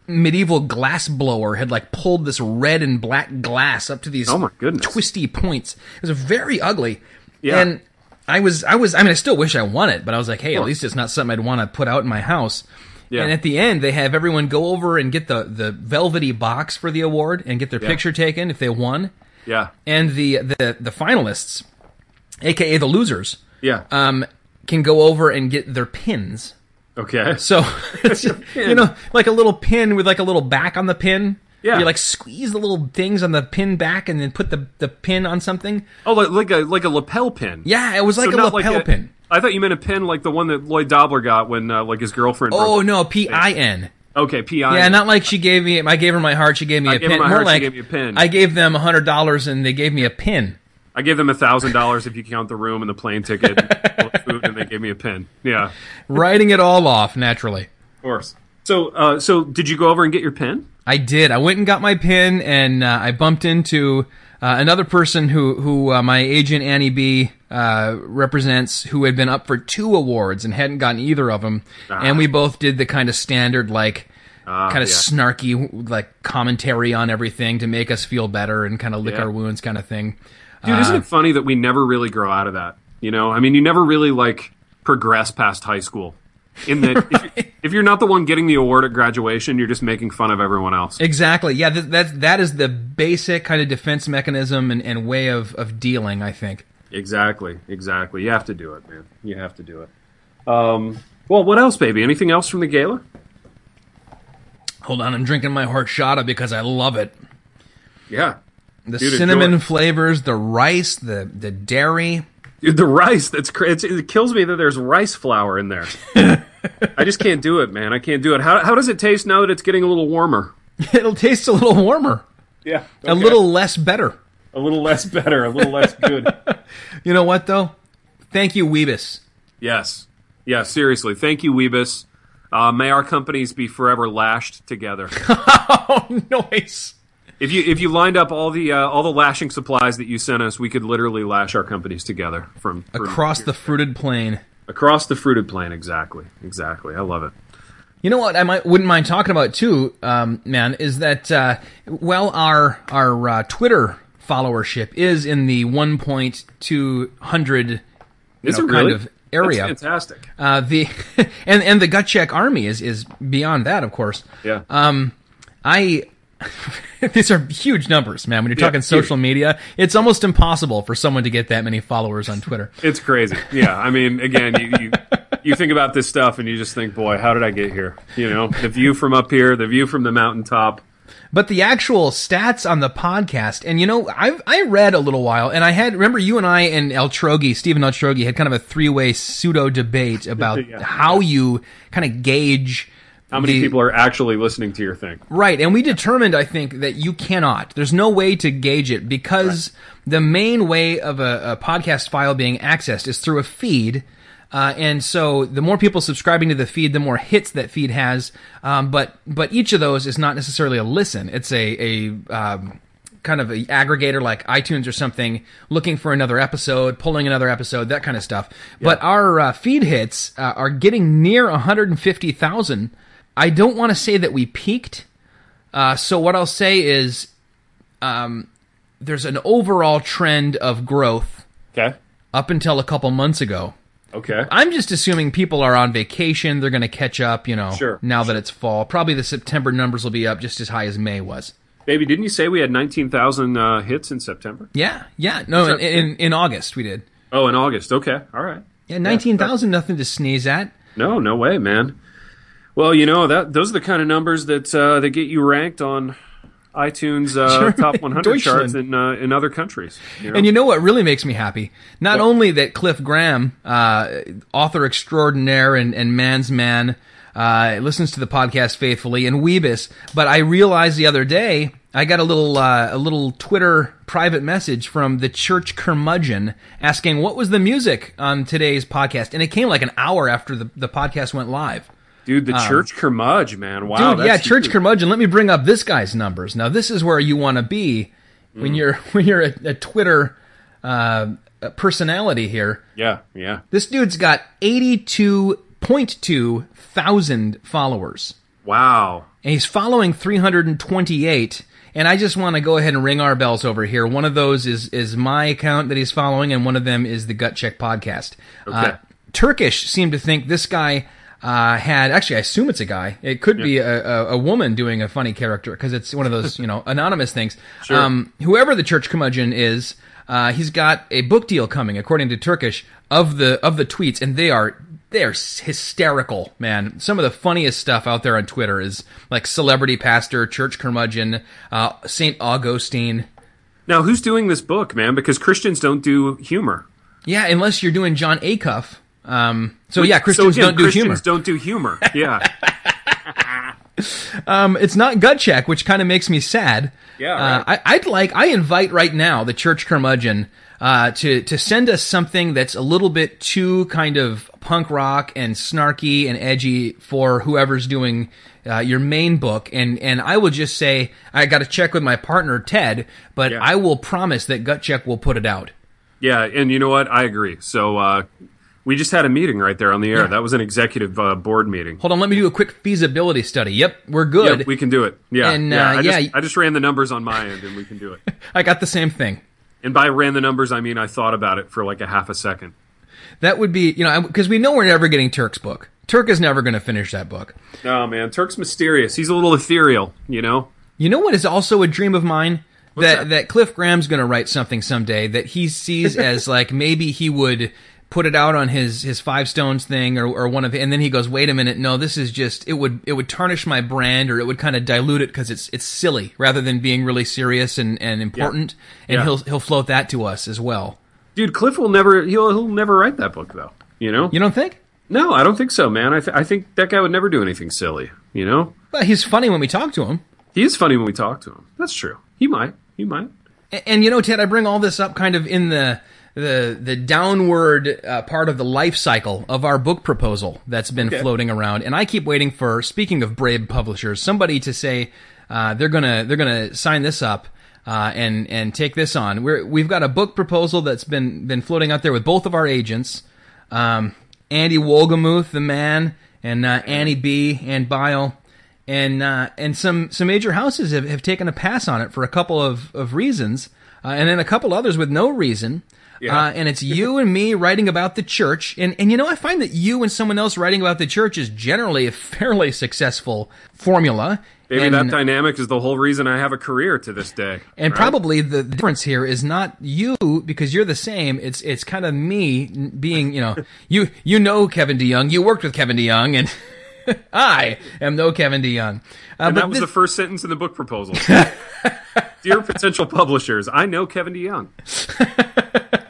Speaker 4: medieval glass blower had like pulled this red and black glass up to these
Speaker 2: Oh my goodness.
Speaker 4: twisty points it was very ugly
Speaker 2: Yeah.
Speaker 4: and I was, I was, I mean, I still wish I won it, but I was like, hey, at least it's not something I'd want to put out in my house.
Speaker 2: Yeah.
Speaker 4: And at the end, they have everyone go over and get the, the velvety box for the award and get their picture taken if they won.
Speaker 2: yeah,
Speaker 4: And the, the, the finalists, aka the losers,
Speaker 2: yeah.
Speaker 4: um, can go over and get their pins.
Speaker 2: okay.
Speaker 4: So, it's, you know, like a little pin with like a little back on the pin.
Speaker 2: Yeah.
Speaker 4: You like squeeze the little things on the pin back and then put the, the pin on something.
Speaker 2: Oh, like, like a like a lapel pin.
Speaker 4: Yeah, it was like
Speaker 2: So
Speaker 4: a
Speaker 2: not
Speaker 4: lapel
Speaker 2: like a-
Speaker 4: pin.
Speaker 2: I thought you meant a pin like the one that Lloyd Dobler got when uh, like his girlfriend.
Speaker 4: Oh
Speaker 2: broke-
Speaker 4: no, P I N.
Speaker 2: Okay, pi.
Speaker 4: Yeah, not like she gave me. I gave her my heart. She gave me a
Speaker 2: gave her
Speaker 4: pin.
Speaker 2: my
Speaker 4: More
Speaker 2: heart, she
Speaker 4: like
Speaker 2: gave me a pin.
Speaker 4: I gave them hundred dollars and they gave me a pin.
Speaker 2: I gave them a thousand dollars if you count the room and the plane ticket, and the food, and they gave me a pin. Yeah, of
Speaker 4: Writing it all off naturally.
Speaker 2: course. So, uh, so did you go over and get your pin?
Speaker 4: I did. I went and got my pin, and uh, I bumped into uh, another person who who uh, my agent Annie B uh, represents, who had been up for two awards and hadn't gotten either of them, and we both did the kind of standard like. kind of
Speaker 2: Ah. yeah.
Speaker 4: snarky, like commentary on everything to make us feel better and kind of lick
Speaker 2: Yeah.
Speaker 4: our wounds, kind of thing.
Speaker 2: Dude,
Speaker 4: Uh.
Speaker 2: isn't it funny that we never really grow out of that? You know, I mean, you never really like progress past high school. In that, if, you, if you're not the one getting the award at graduation, you're just making fun of everyone else.
Speaker 4: Exactly. Yeah, th- that that is the basic kind of defense mechanism and, and way of, of dealing. I think.
Speaker 2: Exactly, exactly. You have to do it, man. You have to do it. Um, well, what else, baby? Anything else from the gala?
Speaker 4: Hold on, I'm drinking my horchata because I love it.
Speaker 2: Yeah,
Speaker 4: The
Speaker 2: Dude,
Speaker 4: cinnamon
Speaker 2: enjoy.
Speaker 4: flavors, the rice, the the dairy.
Speaker 2: Dude, the rice. That's cra- it's, it kills me that there's rice flour in there. I just can't do it, man. I can't do it. How how does it taste now that it's getting a little warmer?
Speaker 4: It'll taste a little warmer,
Speaker 2: Yeah,
Speaker 4: a little less better.
Speaker 2: a little less better, a little less good.
Speaker 4: You know what though? Thank you, Weebus.
Speaker 2: yes, yeah. Seriously, thank you, Weebus. Uh, may our companies be forever lashed together.
Speaker 4: Oh, nice.
Speaker 2: if you if you lined up all the uh, all the lashing supplies that you sent us, we could literally lash our companies together from, from
Speaker 4: Across the fruited plain.
Speaker 2: across the fruited plain. Exactly, exactly. I love it.
Speaker 4: You know what I might wouldn't mind talking about too, um, man, is that uh, well our our uh, Twitter followership is in the 1.200 you
Speaker 2: Is
Speaker 4: know,
Speaker 2: it
Speaker 4: kind
Speaker 2: really?
Speaker 4: of area.
Speaker 2: That's fantastic.
Speaker 4: Uh, the and and the gut check army is is beyond that, of course.
Speaker 2: yeah.
Speaker 4: Um, I. These are huge numbers, man. When you're talking
Speaker 2: huge.
Speaker 4: social media, it's almost impossible for someone to get that many followers on Twitter.
Speaker 2: It's crazy. Yeah, I mean, again, you, you you think about this stuff and you just think, boy, how did I get here? You know, the view from up here, the view from the mountaintop.
Speaker 4: But the actual stats on the podcast, and you know, I I read a little while, and I had remember you and I and El Trogi, Stephen El Trogi, had kind of a three way pseudo debate about
Speaker 2: Yeah.
Speaker 4: how you kind of gauge
Speaker 2: How many
Speaker 4: the-
Speaker 2: people are actually listening to your thing?
Speaker 4: Right, and we determined, I think, that you cannot. There's no way to gauge it because the main way of a, a podcast file being accessed is through a feed. Uh, and so, the more people subscribing to the feed, the more hits that feed has. Um, but but each of those is not necessarily a listen. It's a a um, kind of a aggregator like iTunes or something, looking for another episode, pulling another episode, that kind of stuff. But our uh, feed hits uh, are getting near 150,000. I don't want to say that we peaked. Uh, so what I'll say is, um, there's an overall trend of growth
Speaker 2: Okay.
Speaker 4: up until a couple months ago.
Speaker 2: Okay.
Speaker 4: I'm just assuming people are on vacation. They're going to catch up, you know,
Speaker 2: Sure.
Speaker 4: now that it's fall. Probably the September numbers will be up just as high as May was.
Speaker 2: Baby, didn't you say we had 19,000 uh, hits in September?
Speaker 4: Yeah, yeah. No, in,
Speaker 2: Except-
Speaker 4: in in August we did.
Speaker 2: Oh, in August. Okay. All right.
Speaker 4: Yeah, nineteen thousand, nothing to sneeze at.
Speaker 2: No, no way, man. Well, you know that those are the kind of numbers that uh, that get you ranked on iTunes uh,
Speaker 4: Germany,
Speaker 2: top 100
Speaker 4: Deutschland.
Speaker 2: charts in uh, in other countries. you know?
Speaker 4: And you know what really makes me happy? Not only that Cliff Graham, uh, author extraordinaire and, and man's man, uh, listens to the podcast faithfully and Weebus, but I realized the other day I got a little uh, a little Twitter private message from the church curmudgeon asking what was the music on today's podcast, and it came like an hour after the, the podcast went live.
Speaker 2: dude, the church curmudge, man. Wow,
Speaker 4: uh, Dude, yeah,
Speaker 2: that's
Speaker 4: church
Speaker 2: huge.
Speaker 4: curmudgeon. Let me bring up this guy's numbers. Now, this is where you want to be
Speaker 2: Mm.
Speaker 4: when you're when you're a, a Twitter uh, a personality here.
Speaker 2: Yeah, yeah.
Speaker 4: This dude's got eighty two point two thousand followers,
Speaker 2: Wow.
Speaker 4: and he's following three hundred and twenty eight. And I just want to go ahead and ring our bells over here. One of those is is my account that he's following, and one of them is the Gut Check podcast. Uh, Turkish seemed to think this guy uh, had actually. I assume it's a guy. It could be a, a, a woman doing a funny character because it's one of those you know anonymous things. Um, whoever the church curmudgeon is, uh, he's got a book deal coming, according to Turkish of the of the tweets, and they are they are s- hysterical, man. Some of the funniest stuff out there on Twitter is like celebrity pastor, church curmudgeon, uh, Saint Augustine.
Speaker 2: Now, who's doing this book, man? Because Christians don't do humor.
Speaker 4: Yeah, unless you're doing John Acuff. Um, so yeah,
Speaker 2: So
Speaker 4: Christians
Speaker 2: again,
Speaker 4: don't do
Speaker 2: Christians
Speaker 4: humor.
Speaker 2: don't do humor. Yeah.
Speaker 4: Um, it's not gut check, which kind of makes me sad.
Speaker 2: Yeah,
Speaker 4: Uh, I, I'd like. I invite right now the church curmudgeon uh, to to send us something that's a little bit too kind of punk rock and snarky and edgy for whoever's doing. Uh, your main book, and and I will just say I got to check with my partner Ted, but
Speaker 2: Yeah.
Speaker 4: I will promise that Gut Check will put it out.
Speaker 2: Yeah, and you know what? I agree. So uh, we just had a meeting right there on the air. That was an executive uh, board meeting.
Speaker 4: Hold on, let me do a quick feasibility study. Yep, we're good.
Speaker 2: Yeah, we can do it. Yeah,
Speaker 4: And,
Speaker 2: yeah.
Speaker 4: uh,
Speaker 2: I,
Speaker 4: yeah,
Speaker 2: just,
Speaker 4: y-
Speaker 2: I just ran the numbers on my end, and we can do it.
Speaker 4: I got the same thing.
Speaker 2: And by ran the numbers, I mean I thought about it for like a half a second.
Speaker 4: That would be you know because we know we're never getting Turk's book. Turk is never going to finish that book.
Speaker 2: No, Oh, man, Turk's mysterious. He's a little ethereal, you know.
Speaker 4: You know what is also a dream of mine? That, that
Speaker 2: that?
Speaker 4: Cliff Graham's going to write something someday that he sees as like maybe he would put it out on his his Five Stones thing or, or one of and then he goes wait a minute no this is just it would it would tarnish my brand or it would kind of dilute it because it's it's silly rather than being really serious and, and important and
Speaker 2: Yeah.
Speaker 4: he'll he'll float that to us as well
Speaker 2: Dude, Cliff will never he'll he'll never write that book though. You know.
Speaker 4: you don't think
Speaker 2: No, I don't think so, man. I th- I think that guy would never do anything silly. You know.
Speaker 4: but he's funny when we talk to him
Speaker 2: He is funny when we talk to him. That's true. He might. He might.
Speaker 4: And, and, you know, Ted, I bring all this up kind of in the the the downward uh, part of the life cycle of our book proposal that's been floating around, and I keep waiting for. Speaking of brave publishers, somebody to say uh, they're gonna they're gonna sign this up. Uh, and and take this on. We're, we've got a book proposal that's been been floating out there with both of our agents, um, Andy Wolgamuth, the man, and uh, Annie B. and Bile and uh, and some some major houses have, have taken a pass on it for a couple of of reasons, uh, and then a couple others with no reason. Uh, and it's you and me writing about the church, and and you know I find that you and someone else writing about the church is generally a fairly successful formula.
Speaker 2: Maybe
Speaker 4: and,
Speaker 2: that dynamic is the whole reason I have a career to this day.
Speaker 4: and
Speaker 2: right?
Speaker 4: probably the difference here is not you because you're the same. It's it's kind of me n- being you know you you know Kevin DeYoung. You worked with Kevin DeYoung, and I am no Kevin DeYoung. Uh,
Speaker 2: And
Speaker 4: but
Speaker 2: that was
Speaker 4: thi-
Speaker 2: the first sentence in the book proposal. Dear potential publishers, I know Kevin DeYoung.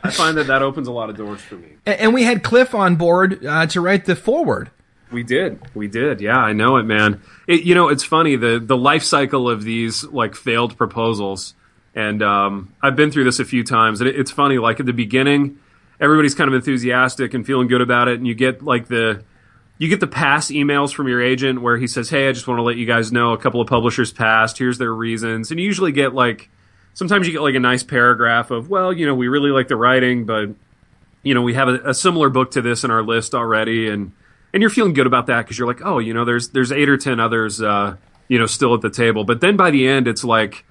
Speaker 2: I find that that opens a lot of doors for me.
Speaker 4: A- And we had Cliff on board uh, to write the forward.
Speaker 2: We did, we did. Yeah, I know it, man. It, you know, it's funny the the life cycle of these like failed proposals, and um, I've been through this a few times. And it, it's funny, like at the beginning, everybody's kind of enthusiastic and feeling good about it, and you get like the you get the pass emails from your agent where he says, "Hey, I just want to let you guys know a couple of publishers passed. Here's their reasons." And you usually get like sometimes you get like a nice paragraph of, "Well, you know, we really like the writing, but you know, we have a, a similar book to this in our list already." And and you're feeling good about that because you're like, "Oh, you know, there's there's eight or ten others, uh, you know, still at the table." But then by the end, it's like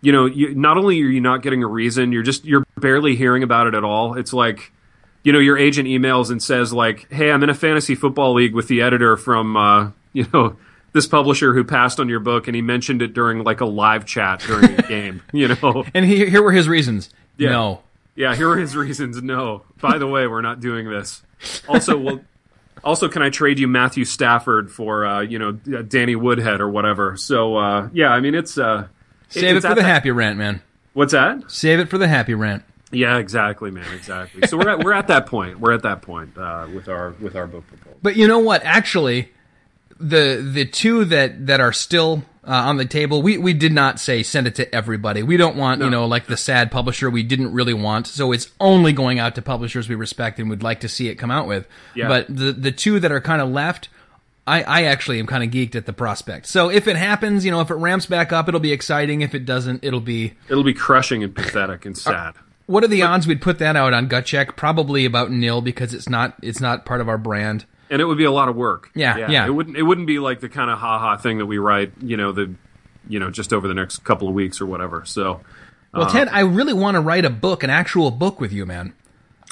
Speaker 2: you know, you, not only are you not getting a reason, you're just you're barely hearing about it at all. It's like you know, your agent emails and says like, "Hey, I'm in a fantasy football league with the editor from uh, you know this publisher who passed on your book, and he mentioned it during like a live chat during a game. You know,
Speaker 4: And he, here were his reasons. No.
Speaker 2: yeah. Here are his reasons. No, by the way, we're not doing this. Also, well, also, can I trade you Matthew Stafford for uh, you know D- Danny Woodhead or whatever? So uh, yeah, I mean it's uh,
Speaker 4: Save it
Speaker 2: it's
Speaker 4: for
Speaker 2: at
Speaker 4: the
Speaker 2: that-
Speaker 4: happy rant, man.
Speaker 2: What's that?
Speaker 4: Save it for the happy rant.
Speaker 2: Yeah, exactly, man, exactly. So we're at, we're at that point. We're at that point uh, with our with our book proposal.
Speaker 4: But you know what? Actually, the the two that that are still uh, on the table, we we did not say send it to everybody. We don't want you know like the sad publisher we didn't really want. So it's only going out to publishers we respect and would like to see it come out with.
Speaker 2: Yeah.
Speaker 4: But the the two that are kind of left. I, I actually am kind of geeked at the prospect. So if it happens, you know, if it ramps back up, it'll be exciting. If it doesn't, it'll be.
Speaker 2: It'll be crushing and pathetic and sad.
Speaker 4: What are the odds we'd put that out on gut check? Probably about nil because it's not it's not part of our brand.
Speaker 2: and it would be a lot of work.
Speaker 4: Yeah, yeah.
Speaker 2: It wouldn't. It wouldn't be like the kind of haha thing that we write. You know, the, you know, just over the next couple of weeks or whatever. So Uh,
Speaker 4: Well, Ted, I really want to write a book, an actual book with you, man.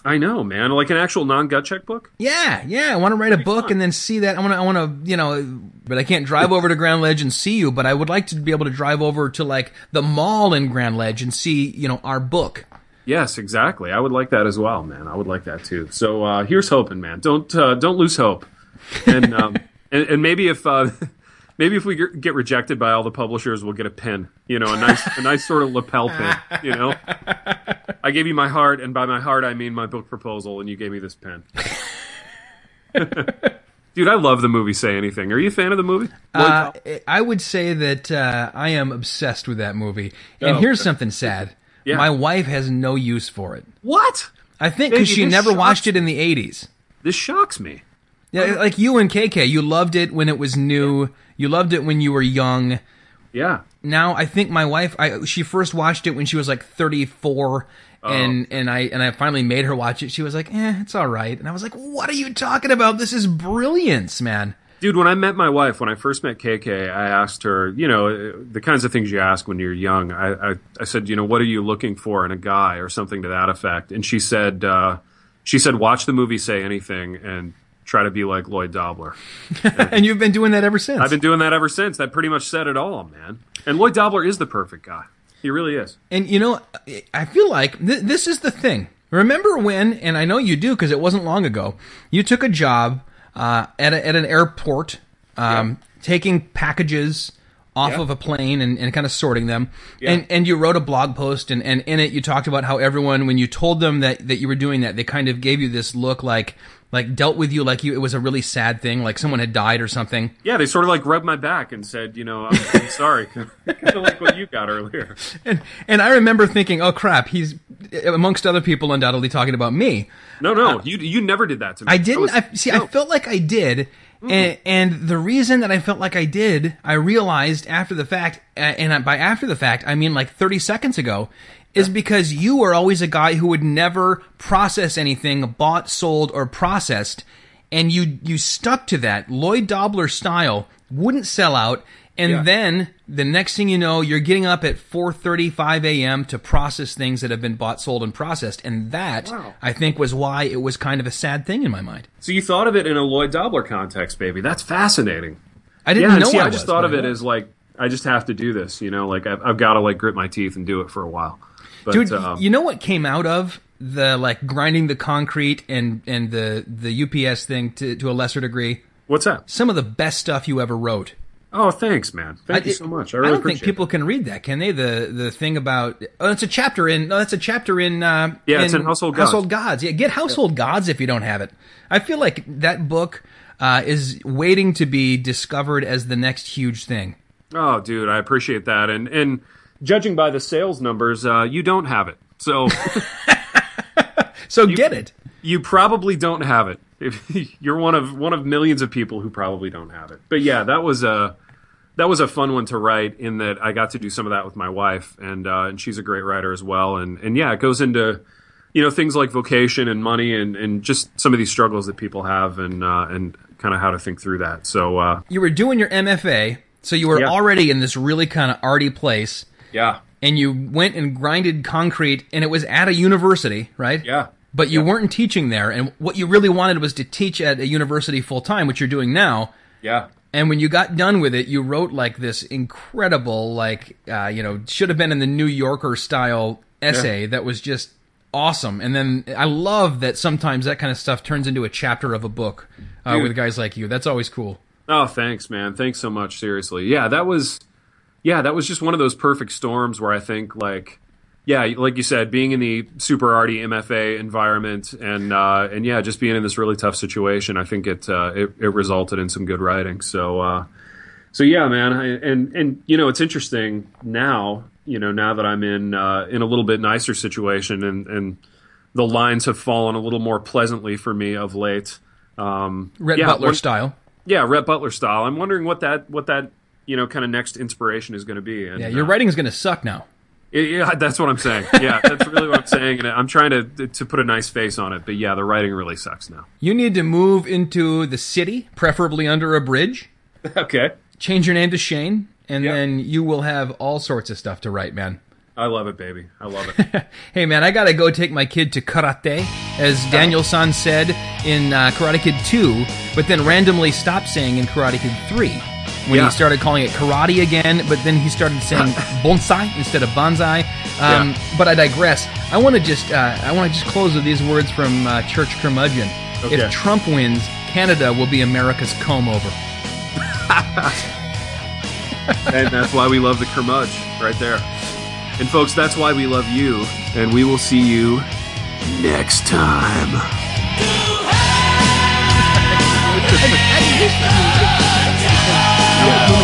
Speaker 2: I know, man. Like an actual non-gut check book.
Speaker 4: Yeah, yeah. I want to write a book and then see that. I want to, I want to, you know, but I can't drive over to Grand Ledge and see you. But I would like to be able to drive over to like the mall in Grand Ledge and see, you know, our book.
Speaker 2: Yes, exactly. I would like that as well, man. I would like that too. So uh, here's hoping, man. Don't uh, don't lose hope. And um, and, and maybe if uh, maybe if we get get rejected by all the publishers, we'll get a pin. You know, a nice a nice sort of lapel pin. You know, I gave you my heart, and by my heart I mean my book proposal, and you gave me this pin. Dude, I love the movie. Say anything. Are you a fan of the movie?
Speaker 4: Uh, I would say that uh, I am obsessed with that movie. And
Speaker 2: Oh.
Speaker 4: here's something sad:
Speaker 2: Yeah.
Speaker 4: my wife has no use for it.
Speaker 2: what?
Speaker 4: I think because
Speaker 2: Baby,
Speaker 4: she
Speaker 2: this
Speaker 4: never
Speaker 2: shocks-
Speaker 4: watched it in the '80s.
Speaker 2: This shocks me.
Speaker 4: Yeah, like you and KK, you loved it when it was new. You loved it when you were young.
Speaker 2: Yeah.
Speaker 4: now I think my wife I she first watched it when she was like 34
Speaker 2: Oh.
Speaker 4: and and I and I finally made her watch it. She was like, "Eh, it's all right." And I was like, "What are you talking about? This is brilliance, man."
Speaker 2: Dude, when I met my wife, when I first met KK, I asked her, you know, uh, the kinds of things you ask when you're young. I, I, I said, you know, what are you looking for in a guy or something to that effect? And she said, uh, she said, watch the movie Say Anything and try to be like Lloyd Dobler.
Speaker 4: And you've been doing that ever since.
Speaker 2: I've been doing that ever since. That pretty much said it all, man. And Lloyd Dobler is the perfect guy. He really is.
Speaker 4: and you know, I feel like th- this is the thing. Remember when and I know you do cuz it wasn't long ago. You took a job uh, at a, at an airport um, taking packages off
Speaker 2: Yeah.
Speaker 4: of a plane and, and kind of sorting them. And and you wrote a blog post and, and in it you talked about how everyone when you told them that, that you were doing that, they kind of gave you this look like like dealt with you like you it was a really sad thing, like someone had died or something.
Speaker 2: Yeah, they sort of like rubbed my back and said, you know, I'm, I'm sorry. kind of like what you got earlier.
Speaker 4: And and I remember thinking, Oh crap, he's amongst other people undoubtedly talking about me.
Speaker 2: No, no, you you never did that to me.
Speaker 4: I didn't.
Speaker 2: was-
Speaker 4: I, see, I felt like I did, and and the reason that I felt like I did, I realized after the fact, a- and by after the fact, I mean like thirty seconds ago, is because you were always a guy who would never process anything bought, sold, or processed, and you you stuck to that Lloyd Dobler style, wouldn't sell out. And
Speaker 2: Yeah.
Speaker 4: then the next thing you know, you're getting up at 4:35 a.m. to process things that have been bought, sold, and processed, and that
Speaker 2: Wow.
Speaker 4: I think was why it was kind of a sad thing in my mind.
Speaker 2: So you thought of it in a Lloyd Dobler context, baby. That's fascinating.
Speaker 4: I didn't
Speaker 2: Yeah, and
Speaker 4: know.
Speaker 2: see, I,
Speaker 4: was,
Speaker 2: just thought
Speaker 4: but
Speaker 2: of it as like I just have to do this, you know, like I've, I've got to like grit my teeth and do it for a while. But
Speaker 4: dude.
Speaker 2: um,
Speaker 4: you know what came out of the like grinding the concrete and and the the UPS thing to to a lesser degree?
Speaker 2: what's that?
Speaker 4: Some of the best stuff you ever wrote.
Speaker 2: Oh, thanks, man. Thank you
Speaker 4: it-
Speaker 2: so much. I really
Speaker 4: don't
Speaker 2: appreciate.
Speaker 4: think people can read that, can they? The the thing about oh, it's a chapter in. No, that's a chapter in. Uh,
Speaker 2: Yeah, it's in Household Gods.
Speaker 4: Household Gods. Yeah, get Household Gods if you don't have it. I feel like that book uh, is waiting to be discovered as the next huge thing.
Speaker 2: it. Oh, dude, I appreciate that. And and judging by the sales numbers, uh, you don't have it, so
Speaker 4: So get it.
Speaker 2: you probably don't have it. If you're one of one of millions of people who probably don't have it. But yeah, that was a that was a fun one to write in that I got to do some of that with my wife and uh, and she's a great writer as well and and yeah, it goes into you know things like vocation and money and and just some of these struggles that people have and uh, and kind of how to think through that. So uh,
Speaker 4: You were doing your MFA, so you were
Speaker 2: Yeah.
Speaker 4: already in this really kind of arty place.
Speaker 2: yeah,
Speaker 4: and you went and grinded concrete and it was at a university, right?
Speaker 2: Yeah.
Speaker 4: But you weren't teaching there and what you really wanted was to teach at a university full time, which you're doing now.
Speaker 2: yeah.
Speaker 4: And when you got done with it, you wrote like this incredible, like uh, you know, should have been in the New Yorker style essay that was just awesome. And then I love that sometimes that kind of stuff turns into a chapter of a book uh, with guys like you. That's always cool.
Speaker 2: Oh, thanks, man. Thanks so much. Seriously, yeah, that was, yeah, that was just one of those perfect storms where I think like, yeah, like you said, being in the super arty MFA environment and uh, and yeah, just being in this really tough situation, I think it uh, it, it resulted in some good writing. So. Uh, so yeah, man, I, and and you know it's interesting now. You know now that I'm in uh, in a little bit nicer situation, and and the lines have fallen a little more pleasantly for me of late. Um,
Speaker 4: Red
Speaker 2: yeah,
Speaker 4: Butler
Speaker 2: one-
Speaker 4: style.
Speaker 2: yeah, Rhett Butler style. I'm wondering what that what that you know kind of next inspiration is going to be. And,
Speaker 4: Yeah, your
Speaker 2: uh,
Speaker 4: writing's going to suck now.
Speaker 2: yeah, yeah, that's what I'm saying. Yeah, that's really what I'm saying, and I'm trying to to put a nice face on it. But yeah, the writing really sucks now.
Speaker 4: You need to move into the city, preferably under a bridge.
Speaker 2: Okay,
Speaker 4: Change your name to Shane, and then you will have all sorts of stuff to write, man.
Speaker 2: I love it, baby. I love it.
Speaker 4: Hey, man, I gotta go take my kid to karate, as
Speaker 2: Oh.
Speaker 4: Daniel San said in uh, Karate Kid 2, but then randomly stopped saying in Karate Kid 3 when
Speaker 2: Yeah.
Speaker 4: he started calling it karate again, but then he started saying bonsai instead of bonsai. Um,
Speaker 2: Yeah.
Speaker 4: But I digress. I want to just uh, I want to just close with these words from uh, Church Curmudgeon.
Speaker 2: Okay.
Speaker 4: If Trump wins, Canada will be America's comb over.
Speaker 2: and that's why we love the curmudge right there. And folks, that's why we love you, and we will see you next time.
Speaker 4: I, I,
Speaker 2: Uh,